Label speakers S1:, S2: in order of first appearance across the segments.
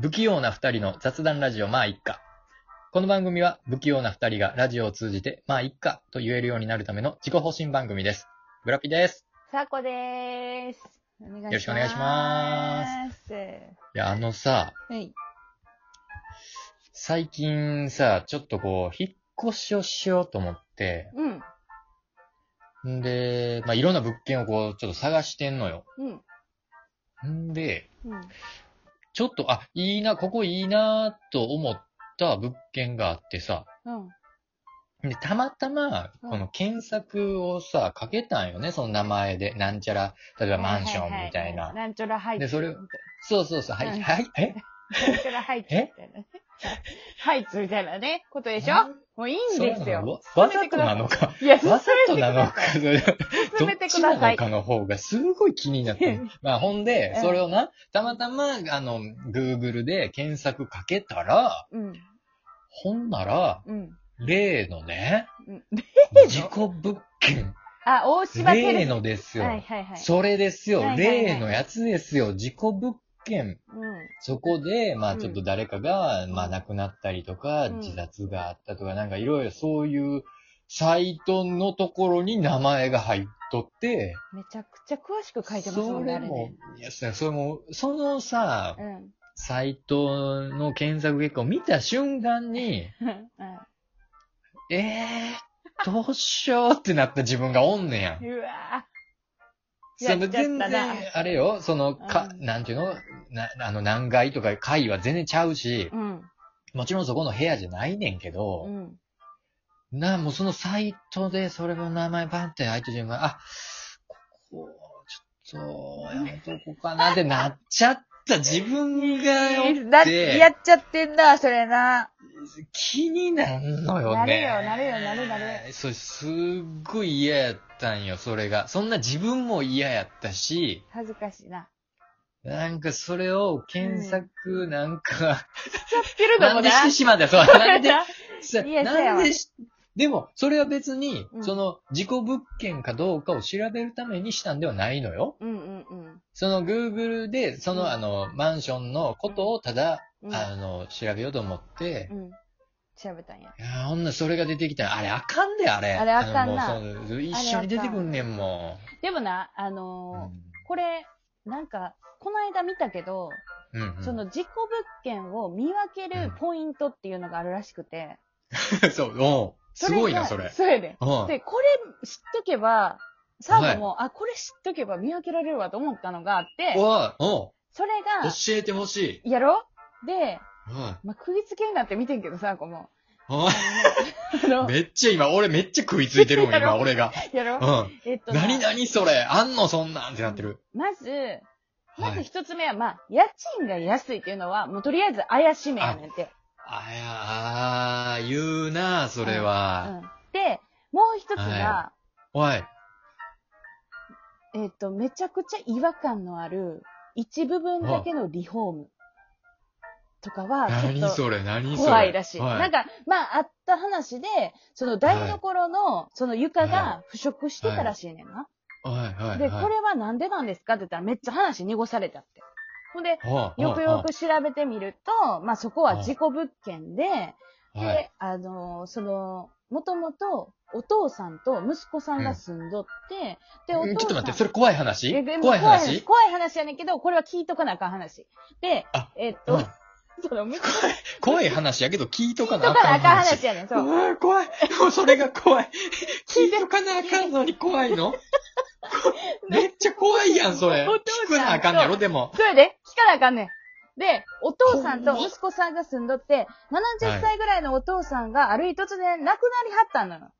S1: 不器用な二人の雑談ラジオまあいっか。この番組は不器用な二人がラジオを通じてまあいっかと言えるようになるための自己方針番組です。ブラピです。
S2: さこでーす。お願いします。。
S1: よろしくお願いしますいや、あのさ、
S2: はい。
S1: 最近さ、ちょっとこう、引っ越しをしようと思って、
S2: うん。
S1: んで、まあいろんな物件をこう、ちょっと探してんのよ。
S2: うん。
S1: んで、
S2: うん。
S1: ちょっと、あ、いいな、ここいいなと思った物件があってさ、
S2: うん。
S1: で、たまたま、
S2: うん
S1: この検索をさ、かけたんよね、その名前で。なんちゃら、例えばマンションみたい
S2: ははは
S1: な。
S2: なんちょらハイツ。
S1: でそれ
S2: なん
S1: そうそうそう、は
S2: う
S1: い、
S2: ん
S1: はい、え
S2: ちょらハイツみたいなね。ハイツみたいなね、ことでしょもういいん
S1: そう
S2: で
S1: な
S2: す
S1: の
S2: よ。
S1: わわざとなのか、
S2: いや、進
S1: わざとなのか、それどっ
S2: めてく
S1: ち
S2: だ
S1: な
S2: さ
S1: の
S2: い。
S1: かの方がすごい気にな ってるまあ、ほんで
S2: う、ん
S1: それをな、たまたま、あの、Google で検索かけたら、
S2: うん。
S1: ほんなら、
S2: うん。
S1: 例のね、
S2: うん。
S1: 事故物件、
S2: あ、大柴テ
S1: 例
S2: レビ。
S1: のですよ。
S2: はいはいはい。
S1: それですよ、
S2: はいはいはい
S1: 例のやつですよ、事故物件。
S2: う
S1: そこで、まあ
S2: うん
S1: ちょっと誰かが、まあ亡くなったりとか、
S2: うん
S1: 自殺があったとか、なんかいろいろそういうサイトのところに名前が入っとって、
S2: ん。めちゃくちゃ詳しく書いてますも
S1: そ
S2: んね。
S1: れ
S2: あれ
S1: も
S2: ね、
S1: いや、それも、そのさ、
S2: うん。
S1: サイトの検索結果を見た瞬間に、
S2: う
S1: ええー、どうしようってなった自分がおんねや ん。
S2: んうわ
S1: その
S2: やっちゃった
S1: 全
S2: な
S1: 然、あれよ、その、か、
S2: うん
S1: なんていうのな、あの、何階とか階は全然ちゃうし
S2: ぁ。、うん。
S1: もちろんそこの部屋じゃないねんけど、
S2: うん。
S1: な、もうそのサイトでそれの名前バンって入って順番、あ、ここ、ちょっと、やめとこうかなってなっちゃ った自分がお
S2: だ
S1: っ
S2: って、や
S1: て、
S2: っちゃってんだ、それな。
S1: 気になんのよね。
S2: なるよなるよなるな
S1: る。そう、すっごい嫌やったんよ、それが。そんな自分も嫌やったし、
S2: 恥ずかしいな。
S1: なんかそれを検索なんか、
S2: 知ってるの
S1: な
S2: も
S1: んで
S2: な。
S1: してしまったよ、そう。なんでさ
S2: いやそうや
S1: な
S2: わ
S1: んでし、でも、それは別に、
S2: うん
S1: その、事故物件かどうかを調べるためにしたんではないのよ。
S2: うんうんうん
S1: その、Google で、その、
S2: うん
S1: あの、マンションのことをただ、
S2: うん。
S1: あの、調べようと思って、
S2: うん。調べたんや。
S1: いやーほんならそれが出てきたら、あれあかんで、あれ。
S2: あれあかんな
S1: あのもうその一緒に出てくんねんも
S2: でもな、あ
S1: ん。
S2: のー、これ、なんか、この間見たけど、
S1: うんうん
S2: その、事故物件を見分けるポイントっていうのがあるらしくて。
S1: そう、おう
S2: そ
S1: す
S2: れが
S1: ごいな、それ。
S2: そうやで。
S1: うん
S2: で、これ知っとけば、サーブも、あ、これ知っとけば見分けられるわと思ったのがあって、
S1: おいおう
S2: それが、
S1: 教えてほしい。
S2: やろで、
S1: うん
S2: まあ、釘付けになって見てんけどさ、こも。
S1: おい
S2: あの、
S1: めっちゃ今、俺めっちゃ食いついてるもん、
S2: やろ
S1: 今、俺が。
S2: やろ
S1: うん。
S2: えっとな、
S1: 何何それあんのそんなんってなってる。
S2: まず、ま
S1: は
S2: ず
S1: い。
S2: 一つ目は、まあ、家賃が安いっていうのは、もうとりあえず怪しめやねんて。
S1: あやあー、言うなそれ
S2: う
S1: は。
S2: ん、で、もう一つが、
S1: はおい。
S2: えっ、と、めちゃくちゃ違和感のある、一部分だけのリフォームとかは、ち
S1: 何
S2: ょっ
S1: それ何
S2: と
S1: それ
S2: 怖いらしい。
S1: は
S2: なんか、まあ、あった話で、その台所の、その床が腐食してたらしいねんな。
S1: はいはいはい。
S2: で、これはなんでなんですかって言ったら、めっちゃ話濁されたって。ほんで、
S1: はあ、
S2: よくよ
S1: は
S2: く調べてみると、まあ、そこは事故物件で、
S1: あ、
S2: で、
S1: はい。
S2: あのーその、もともと、お父さんと息子さんが住んどって、で、お父さ
S1: うん
S2: ん。
S1: ちょっと待って、それ怖い話
S2: えでも
S1: 怖い
S2: 怖い
S1: 話
S2: 怖い話やねんけど、これは聞いとかなあかん話。で
S1: あ、
S2: えっ
S1: う
S2: と、
S1: ん
S2: その、息子
S1: 怖い話やけど聞いと
S2: 聞
S1: か
S2: いと
S1: な
S2: か
S1: あ
S2: な
S1: か
S2: あ
S1: ん
S2: かん
S1: 話。
S2: 話やねん、そう。
S1: うわ怖い。もうそれが 怖い。聞いとかなあかんのに怖いのめっちゃ怖いやん、それ。
S2: お父さ
S1: 聞く
S2: ん
S1: なあかんやろ、でも。
S2: それで、聞かなあかんねん。で、お父さんと息子さんが住んどって、
S1: はい
S2: 70歳ぐらいのお父さんがある日突然亡くなりはったのよ。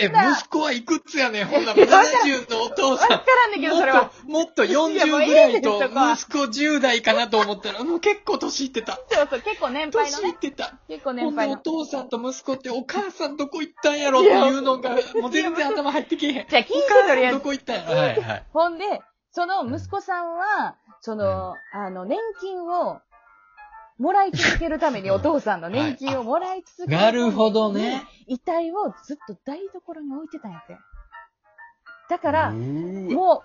S1: え、
S2: だから
S1: 息子はいくつやねん、ほんなら
S2: えわからん
S1: 70のお父
S2: わ
S1: さん
S2: か。らんねんけど、それは。
S1: もっと、もっと
S2: いやもう
S1: 40
S2: いい
S1: ぐらい
S2: です
S1: と、
S2: そこは
S1: 息子10代かなと思ったら、もう結構年いってた。
S2: そうそう、結構年配の
S1: 年いっ
S2: ね。
S1: てた。
S2: 結構
S1: ほ
S2: 年
S1: んで
S2: 配
S1: お
S2: の。
S1: 父さんと息子ってお母さんどこ行ったんやろっていうのが、もう全然頭入ってけへん。
S2: じゃあ、聞いて
S1: お母
S2: とり
S1: さ
S2: あえ
S1: んど
S2: ず。
S1: こ行ったんやろはいはい。
S2: ほんで、その息子さんは、その、あの、年金を、もらい続けるために、
S1: うん
S2: お父さんの年金をもらい続ける
S1: な
S2: ために
S1: るほどね。。
S2: 遺体をずっと台所に置いてたんやって。だから
S1: う、ーわ
S2: もう、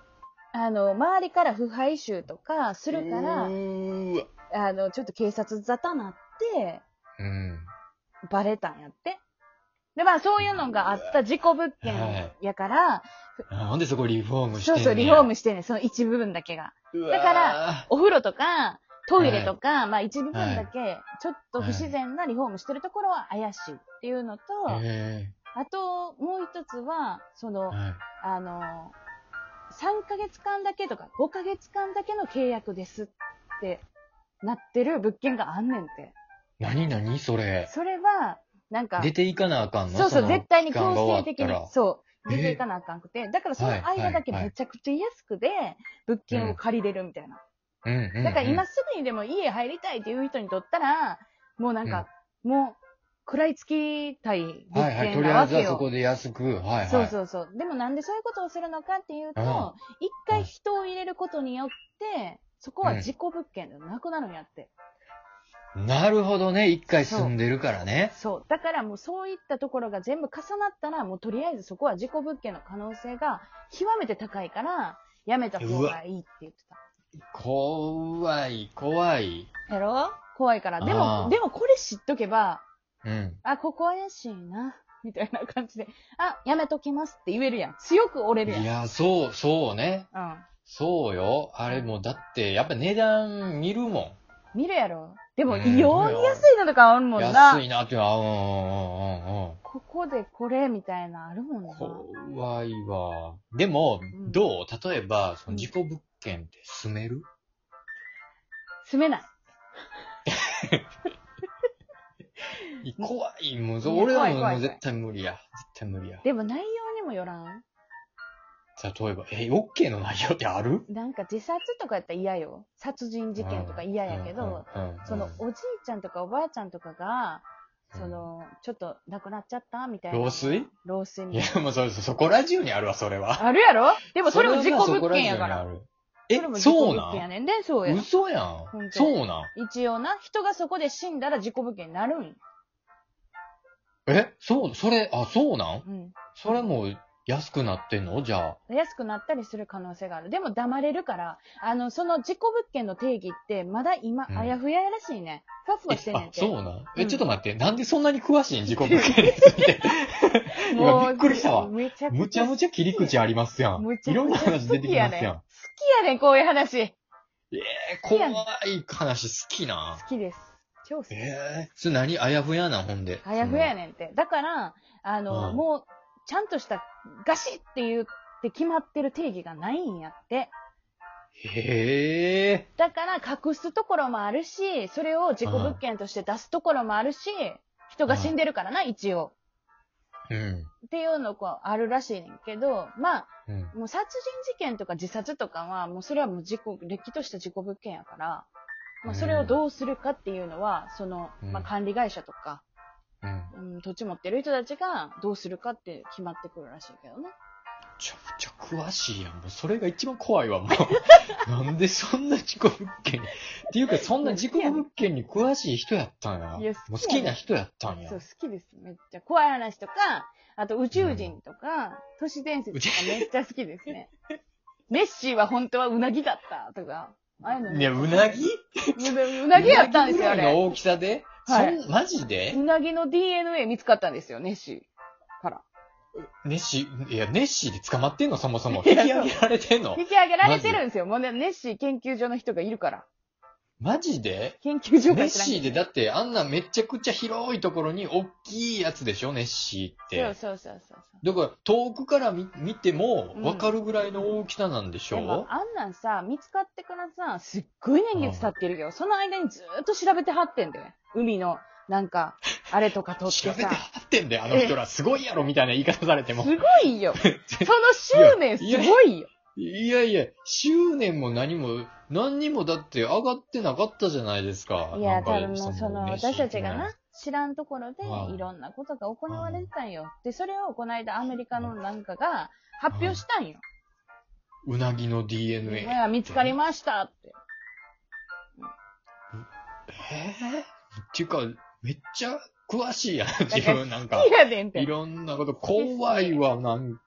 S2: あの、周りから腐敗臭とかするから
S1: う、ーわ
S2: あの、ちょっと警察沙汰なって、
S1: うん。
S2: バレたんやって。で、まあ、そういうのがあった事故物件やから、
S1: あなんでそこリフォームして
S2: そ
S1: ん
S2: う
S1: ねや
S2: そう、リフォームしてんねん、その一部分だけが。だか、
S1: うわ
S2: お風呂とか、トイレとか、まあ一部分だけ、ちょっと不自然なリフォームしてるところは怪しいっていうのと、
S1: ーへ
S2: あと、もう一つは、そ
S1: ー
S2: の、
S1: はい
S2: あの、3ヶ月間だけとか、5ヶ月間だけの契約ですってなってる物件があんねんって。
S1: 何何それ。
S2: それは、なんか、
S1: 出ていかなあかんの
S2: そうそう、
S1: の
S2: 絶対に
S1: 期間
S2: 強
S1: が終わ
S2: 制
S1: っ
S2: 的
S1: た
S2: に
S1: ら、
S2: そう、
S1: えー
S2: 出ていかなあかんくて、だからその
S1: はいはい
S2: 間だけ
S1: はい
S2: めちゃくちゃ安くで、物件を借りれるみたいな。
S1: うんうんうん
S2: だから今すぐにでも家入りたいっていう人にとったら、もうなんか、もう、食らいつきたい物
S1: はいはい、と
S2: 件
S1: り
S2: な
S1: あえ
S2: わ
S1: ず
S2: け
S1: はそ
S2: よ。
S1: こで安く、はいはい。
S2: そうそうそう。でもなんでそういうことをするのかっていうと、
S1: うん
S2: 一回人を入れることによって、そこは自己物件じゃなくなるんやって。
S1: なるほどね、一回住んでるからね。
S2: そう。だからもうそういったところが全部重なったら、もうとりあえずそこは自己物件の可能性が極めて高いから、やめた方がいいって言って
S1: 怖い、怖い。
S2: た。やろ怖いから。で
S1: あ
S2: も
S1: ー、
S2: でもこれ知っとけば、
S1: うん。
S2: あ、ここ怪しいな、 みたいな感じで、あ、やめときますって言えるやん。強く折れる
S1: い
S2: やん。
S1: や、そう、そうね。
S2: うん。
S1: そうよ。あれもうだって、やっぱ値段見るも
S2: 見るやろ。でも、
S1: うん
S2: 異様に安いのとかある
S1: ん。
S2: もん
S1: 安
S2: な。
S1: いなっていうのは、うんうんうんうんうん。
S2: ここでこれみたいなあるもんな。
S1: 怖いわ。でも
S2: ん、
S1: どう例えば、その事故物件って住める
S2: 住めない。
S1: い怖い、もう、
S2: うん
S1: 俺は
S2: 怖い怖い
S1: も
S2: 怖
S1: う
S2: い
S1: 絶対無理や。絶対無理や。
S2: でも内容にもよらん。
S1: 例えば、え、OK の内容ってある
S2: なんか自殺とかやったら嫌よ。殺人事件とか嫌やけど、、
S1: うんうんうん
S2: そのおじいちゃんとかおばあちゃんとかが、その、ちょっと亡くなっちゃったみたいな。
S1: 老衰
S2: 老衰み
S1: い
S2: たい
S1: や
S2: な。、
S1: もうそれ、そこら中にあるわ、それは。
S2: あるやろで
S1: で
S2: もそれも自己物件やから。。
S1: え
S2: それ、も自己
S1: そう
S2: 物件
S1: な
S2: やねんで、そうや
S1: ん。嘘やん
S2: 当。に
S1: そうなん。
S2: 一応な、人がそこで死んだら事故物件になるんよ。
S1: え、そう、それ、あ、そうなん
S2: うん。
S1: それも安くなってんのじゃあ。
S2: 安くなったりする可能性がある。でも黙れるから、あの、その事故物件の定義って、まだ今、
S1: うん
S2: あやふややらしいね。ファスファしてんねん
S1: あ、
S2: て。
S1: そうなんえ、
S2: うん
S1: ちょっと待って。なんでそんなに詳しいん自己物件 について。今びっくりしたわ
S2: めちゃくちゃ。
S1: むちゃむちゃ切り口ありますやん
S2: む。ちゃくちゃ
S1: いろんな話出てきますやん。
S2: 好きやねん、こういう話。
S1: え
S2: き
S1: 怖
S2: やね
S1: い話好きな。
S2: 好きです。超好き。
S1: えー、それ何あやふやな、ほんで。
S2: あやふややねんって。だから、あの、
S1: うん
S2: もう、ちゃんとした、ガシッって言って決まってる定義がないんやって。
S1: そのへえ。
S2: だから隠すところもあるし、それを事故物件として出すところもあるし、人が死んでるからな、一応。
S1: うん。
S2: っていうのこうあるらしいねんけど、まあ、
S1: うん。
S2: もう殺人事件とか自殺とかは、もうそれはもう事故、れっきとした事故物件やから、まあそれをどうするかっていうのは、その、まあ
S1: うん
S2: 管理会社とか、
S1: うん。
S2: うん、土地持ってる人たちがどうするかって決まってくるらしいけどね。
S1: めちゃくちゃ詳しいやん。もうそれが一番怖いわ、も う。なんでそんな事故物件に。っていうか、そんな事故物件に詳しい人やったんや。
S2: いや
S1: もう好
S2: 好きやね
S1: きな人やったんや
S2: そ。う、好きです。めっちゃ怖い話とか、あと宇宙人とか、都市伝説とかめっちゃ好きですね。メッシーは本当はうなぎだったとか、ああいうの
S1: いや、うなぎ
S2: うなぎやったんですよ、あ
S1: うなぎぐらいの
S2: れ。
S1: 大きさで、
S2: はい
S1: そんマジで
S2: うなぎの DNA 見つかったんですよ、ネッシーから。
S1: ネッシー、いや、ネッシーで捕まってんのそもそも。
S2: い
S1: 引き
S2: や
S1: 上げられてんの
S2: 引き上げられてるんですよ。もうね、ネッシー研究所の人がいるから。
S1: マジで
S2: 研究
S1: ネ
S2: 所が
S1: ッ
S2: 知らん
S1: シーでだってあんなめちゃくちゃ広いところに大きいやつでしょネッシーって。
S2: そうそうそうそうそう。
S1: だから遠くから見見ても
S2: うん
S1: わかるぐらいの大きさなんでしょ、
S2: でも、あんなんさ、見つかってからさ、すっごい年月経ってるけど、その間にずーっと調べてはってんだよ。海の、なんか、あれとか 取っ
S1: 調
S2: て
S1: べて
S2: さ。
S1: はってんだよ、あの人ら。すごいやろ、みたいな言い方されて
S2: す
S1: も。
S2: ご いよ。その執念すごいよ。
S1: いやいや、執念も何も、何にもだって上がってなかったじゃないですか。
S2: いや、
S1: なんか
S2: 多分もうその、
S1: 飯
S2: 私たちが
S1: ね
S2: な、知らんところで
S1: はい
S2: いろんなことが行われてたんよ。で、それをこの間アメリカのなんかが発表したんよ。
S1: うなぎの DNA。
S2: いや見つかりましたって。
S1: えーっていうか、めっちゃ詳しいやん、
S2: ら
S1: 自分なんか
S2: い。やでんって
S1: い。ろんなこと、怖いわ、なんか。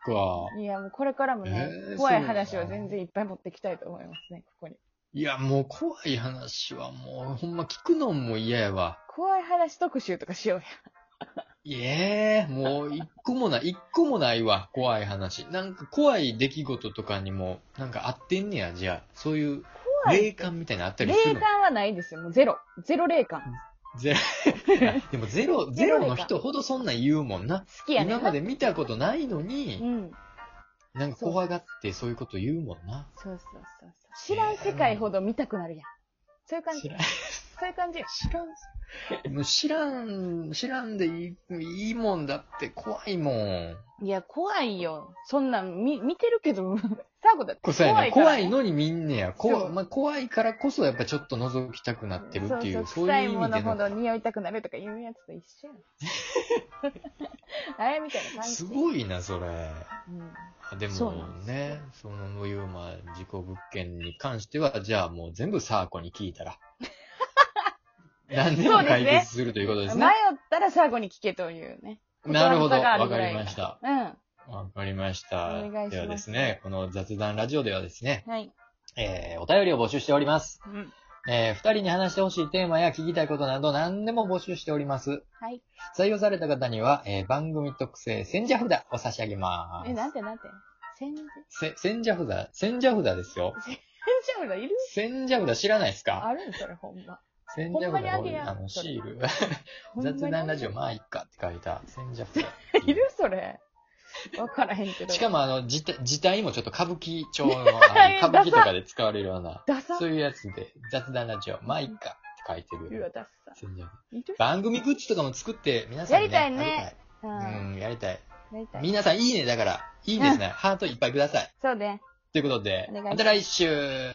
S2: いや、もうこれからもね
S1: え、ー
S2: 怖い
S1: そうなんだ
S2: 話を全然いっぱい持ってきたいと思いますね、ここに。
S1: いや、もう怖い話はもう、ほんま聞くのも嫌やわ。
S2: 怖い話特集とかしようや。
S1: ええもう一個も ない、一個もないわ、怖い話。なんか怖い出来事とかにも、なんかあってんねや、じゃあ。そういう、
S2: 怖い
S1: 霊感みたいなのあったりす
S2: 霊
S1: るの
S2: 感はないですよ。もうゼロ。ゼロ霊感。
S1: ゼロ、でもゼ ロ、ゼロの人ほどそんなん言うもんな。
S2: 好きやねんな。
S1: 今まで見たことないの
S2: う
S1: に、
S2: ん。
S1: なんか怖がってそういうこと言うもんな。
S2: そうそうそうそう。知らん世界ほど見たくなるやん。そういう感じ。
S1: 知ら
S2: そ
S1: ん、
S2: ういう感じよ。
S1: 知らん、もう知らん、知らんでいいいいもんだって怖いもん。
S2: いや、怖いよ。そんなん、み、見てるけど、 サーコだって
S1: こ
S2: 怖い
S1: そや
S2: から、
S1: ね、怖いのにみんねや。
S2: そ
S1: 怖
S2: う
S1: まあ、怖いからこそやっぱちょっと覗きたくなってるっていう、
S2: そ
S1: そう
S2: そうう
S1: い
S2: 臭
S1: う
S2: い
S1: 意
S2: も
S1: 味
S2: の
S1: で
S2: ほ
S1: の。
S2: ど匂いたくなるとかいうやつと一緒やん。あれみたいな感じ。
S1: すごいな、それ。
S2: うん
S1: あでも
S2: そうなんで
S1: ね、その無用ま事故物件に関しては、じゃあもう全部サーコに聞いた ら。何でも解決するということです
S2: 迷
S1: ね。
S2: ったら最後に聞けというね。
S1: なるほど。
S2: ことわざがあ
S1: わ
S2: るぐ
S1: からり
S2: い
S1: ました。
S2: う
S1: わかりました。
S2: お願いします
S1: ではですね、この雑談ラジオではですね、
S2: ん。はい。
S1: えー、お便りを募集しております。
S2: うん。
S1: えー、二人に話してほしいテーマや聞きたいことなど何でも募集しております。
S2: はい。
S1: 採用された方には、えー、番組特製千社札を差し上げま
S2: え、
S1: す。
S2: なんてなんて。千手
S1: せ、千社札千社札ですよ。
S2: 千手札いる
S1: 千社札知らないですか
S2: あるんそれほんま。
S1: 千
S2: ほ
S1: 社
S2: んま
S1: 札
S2: にあげや
S1: あの、
S2: それ
S1: シール。
S2: ほんま に
S1: 雑談ラジオ、まあ、いっかって書いた千社札。
S2: いるそれ。わからへんけど。
S1: しか
S2: も、
S1: も、あの、字体字体もちょっと歌舞伎町の、あの
S2: ダサ
S1: 歌舞伎とかで使われるような、
S2: ダサ
S1: そういうやつで、雑談ラジオ、まあ、いっかって書いて
S2: うわ、
S1: る。
S2: ダッサ。
S1: 千社札
S2: いる
S1: 番組グッズとかも作って、皆さん、ね、
S2: やりたい
S1: あ
S2: ね
S1: げたい
S2: うん。
S1: うん、やりたい。
S2: やりたい
S1: 皆さん、いいねだから、いいですね。ハートいっぱいください。
S2: そうね。
S1: ということで
S2: お願いし、ます
S1: また来週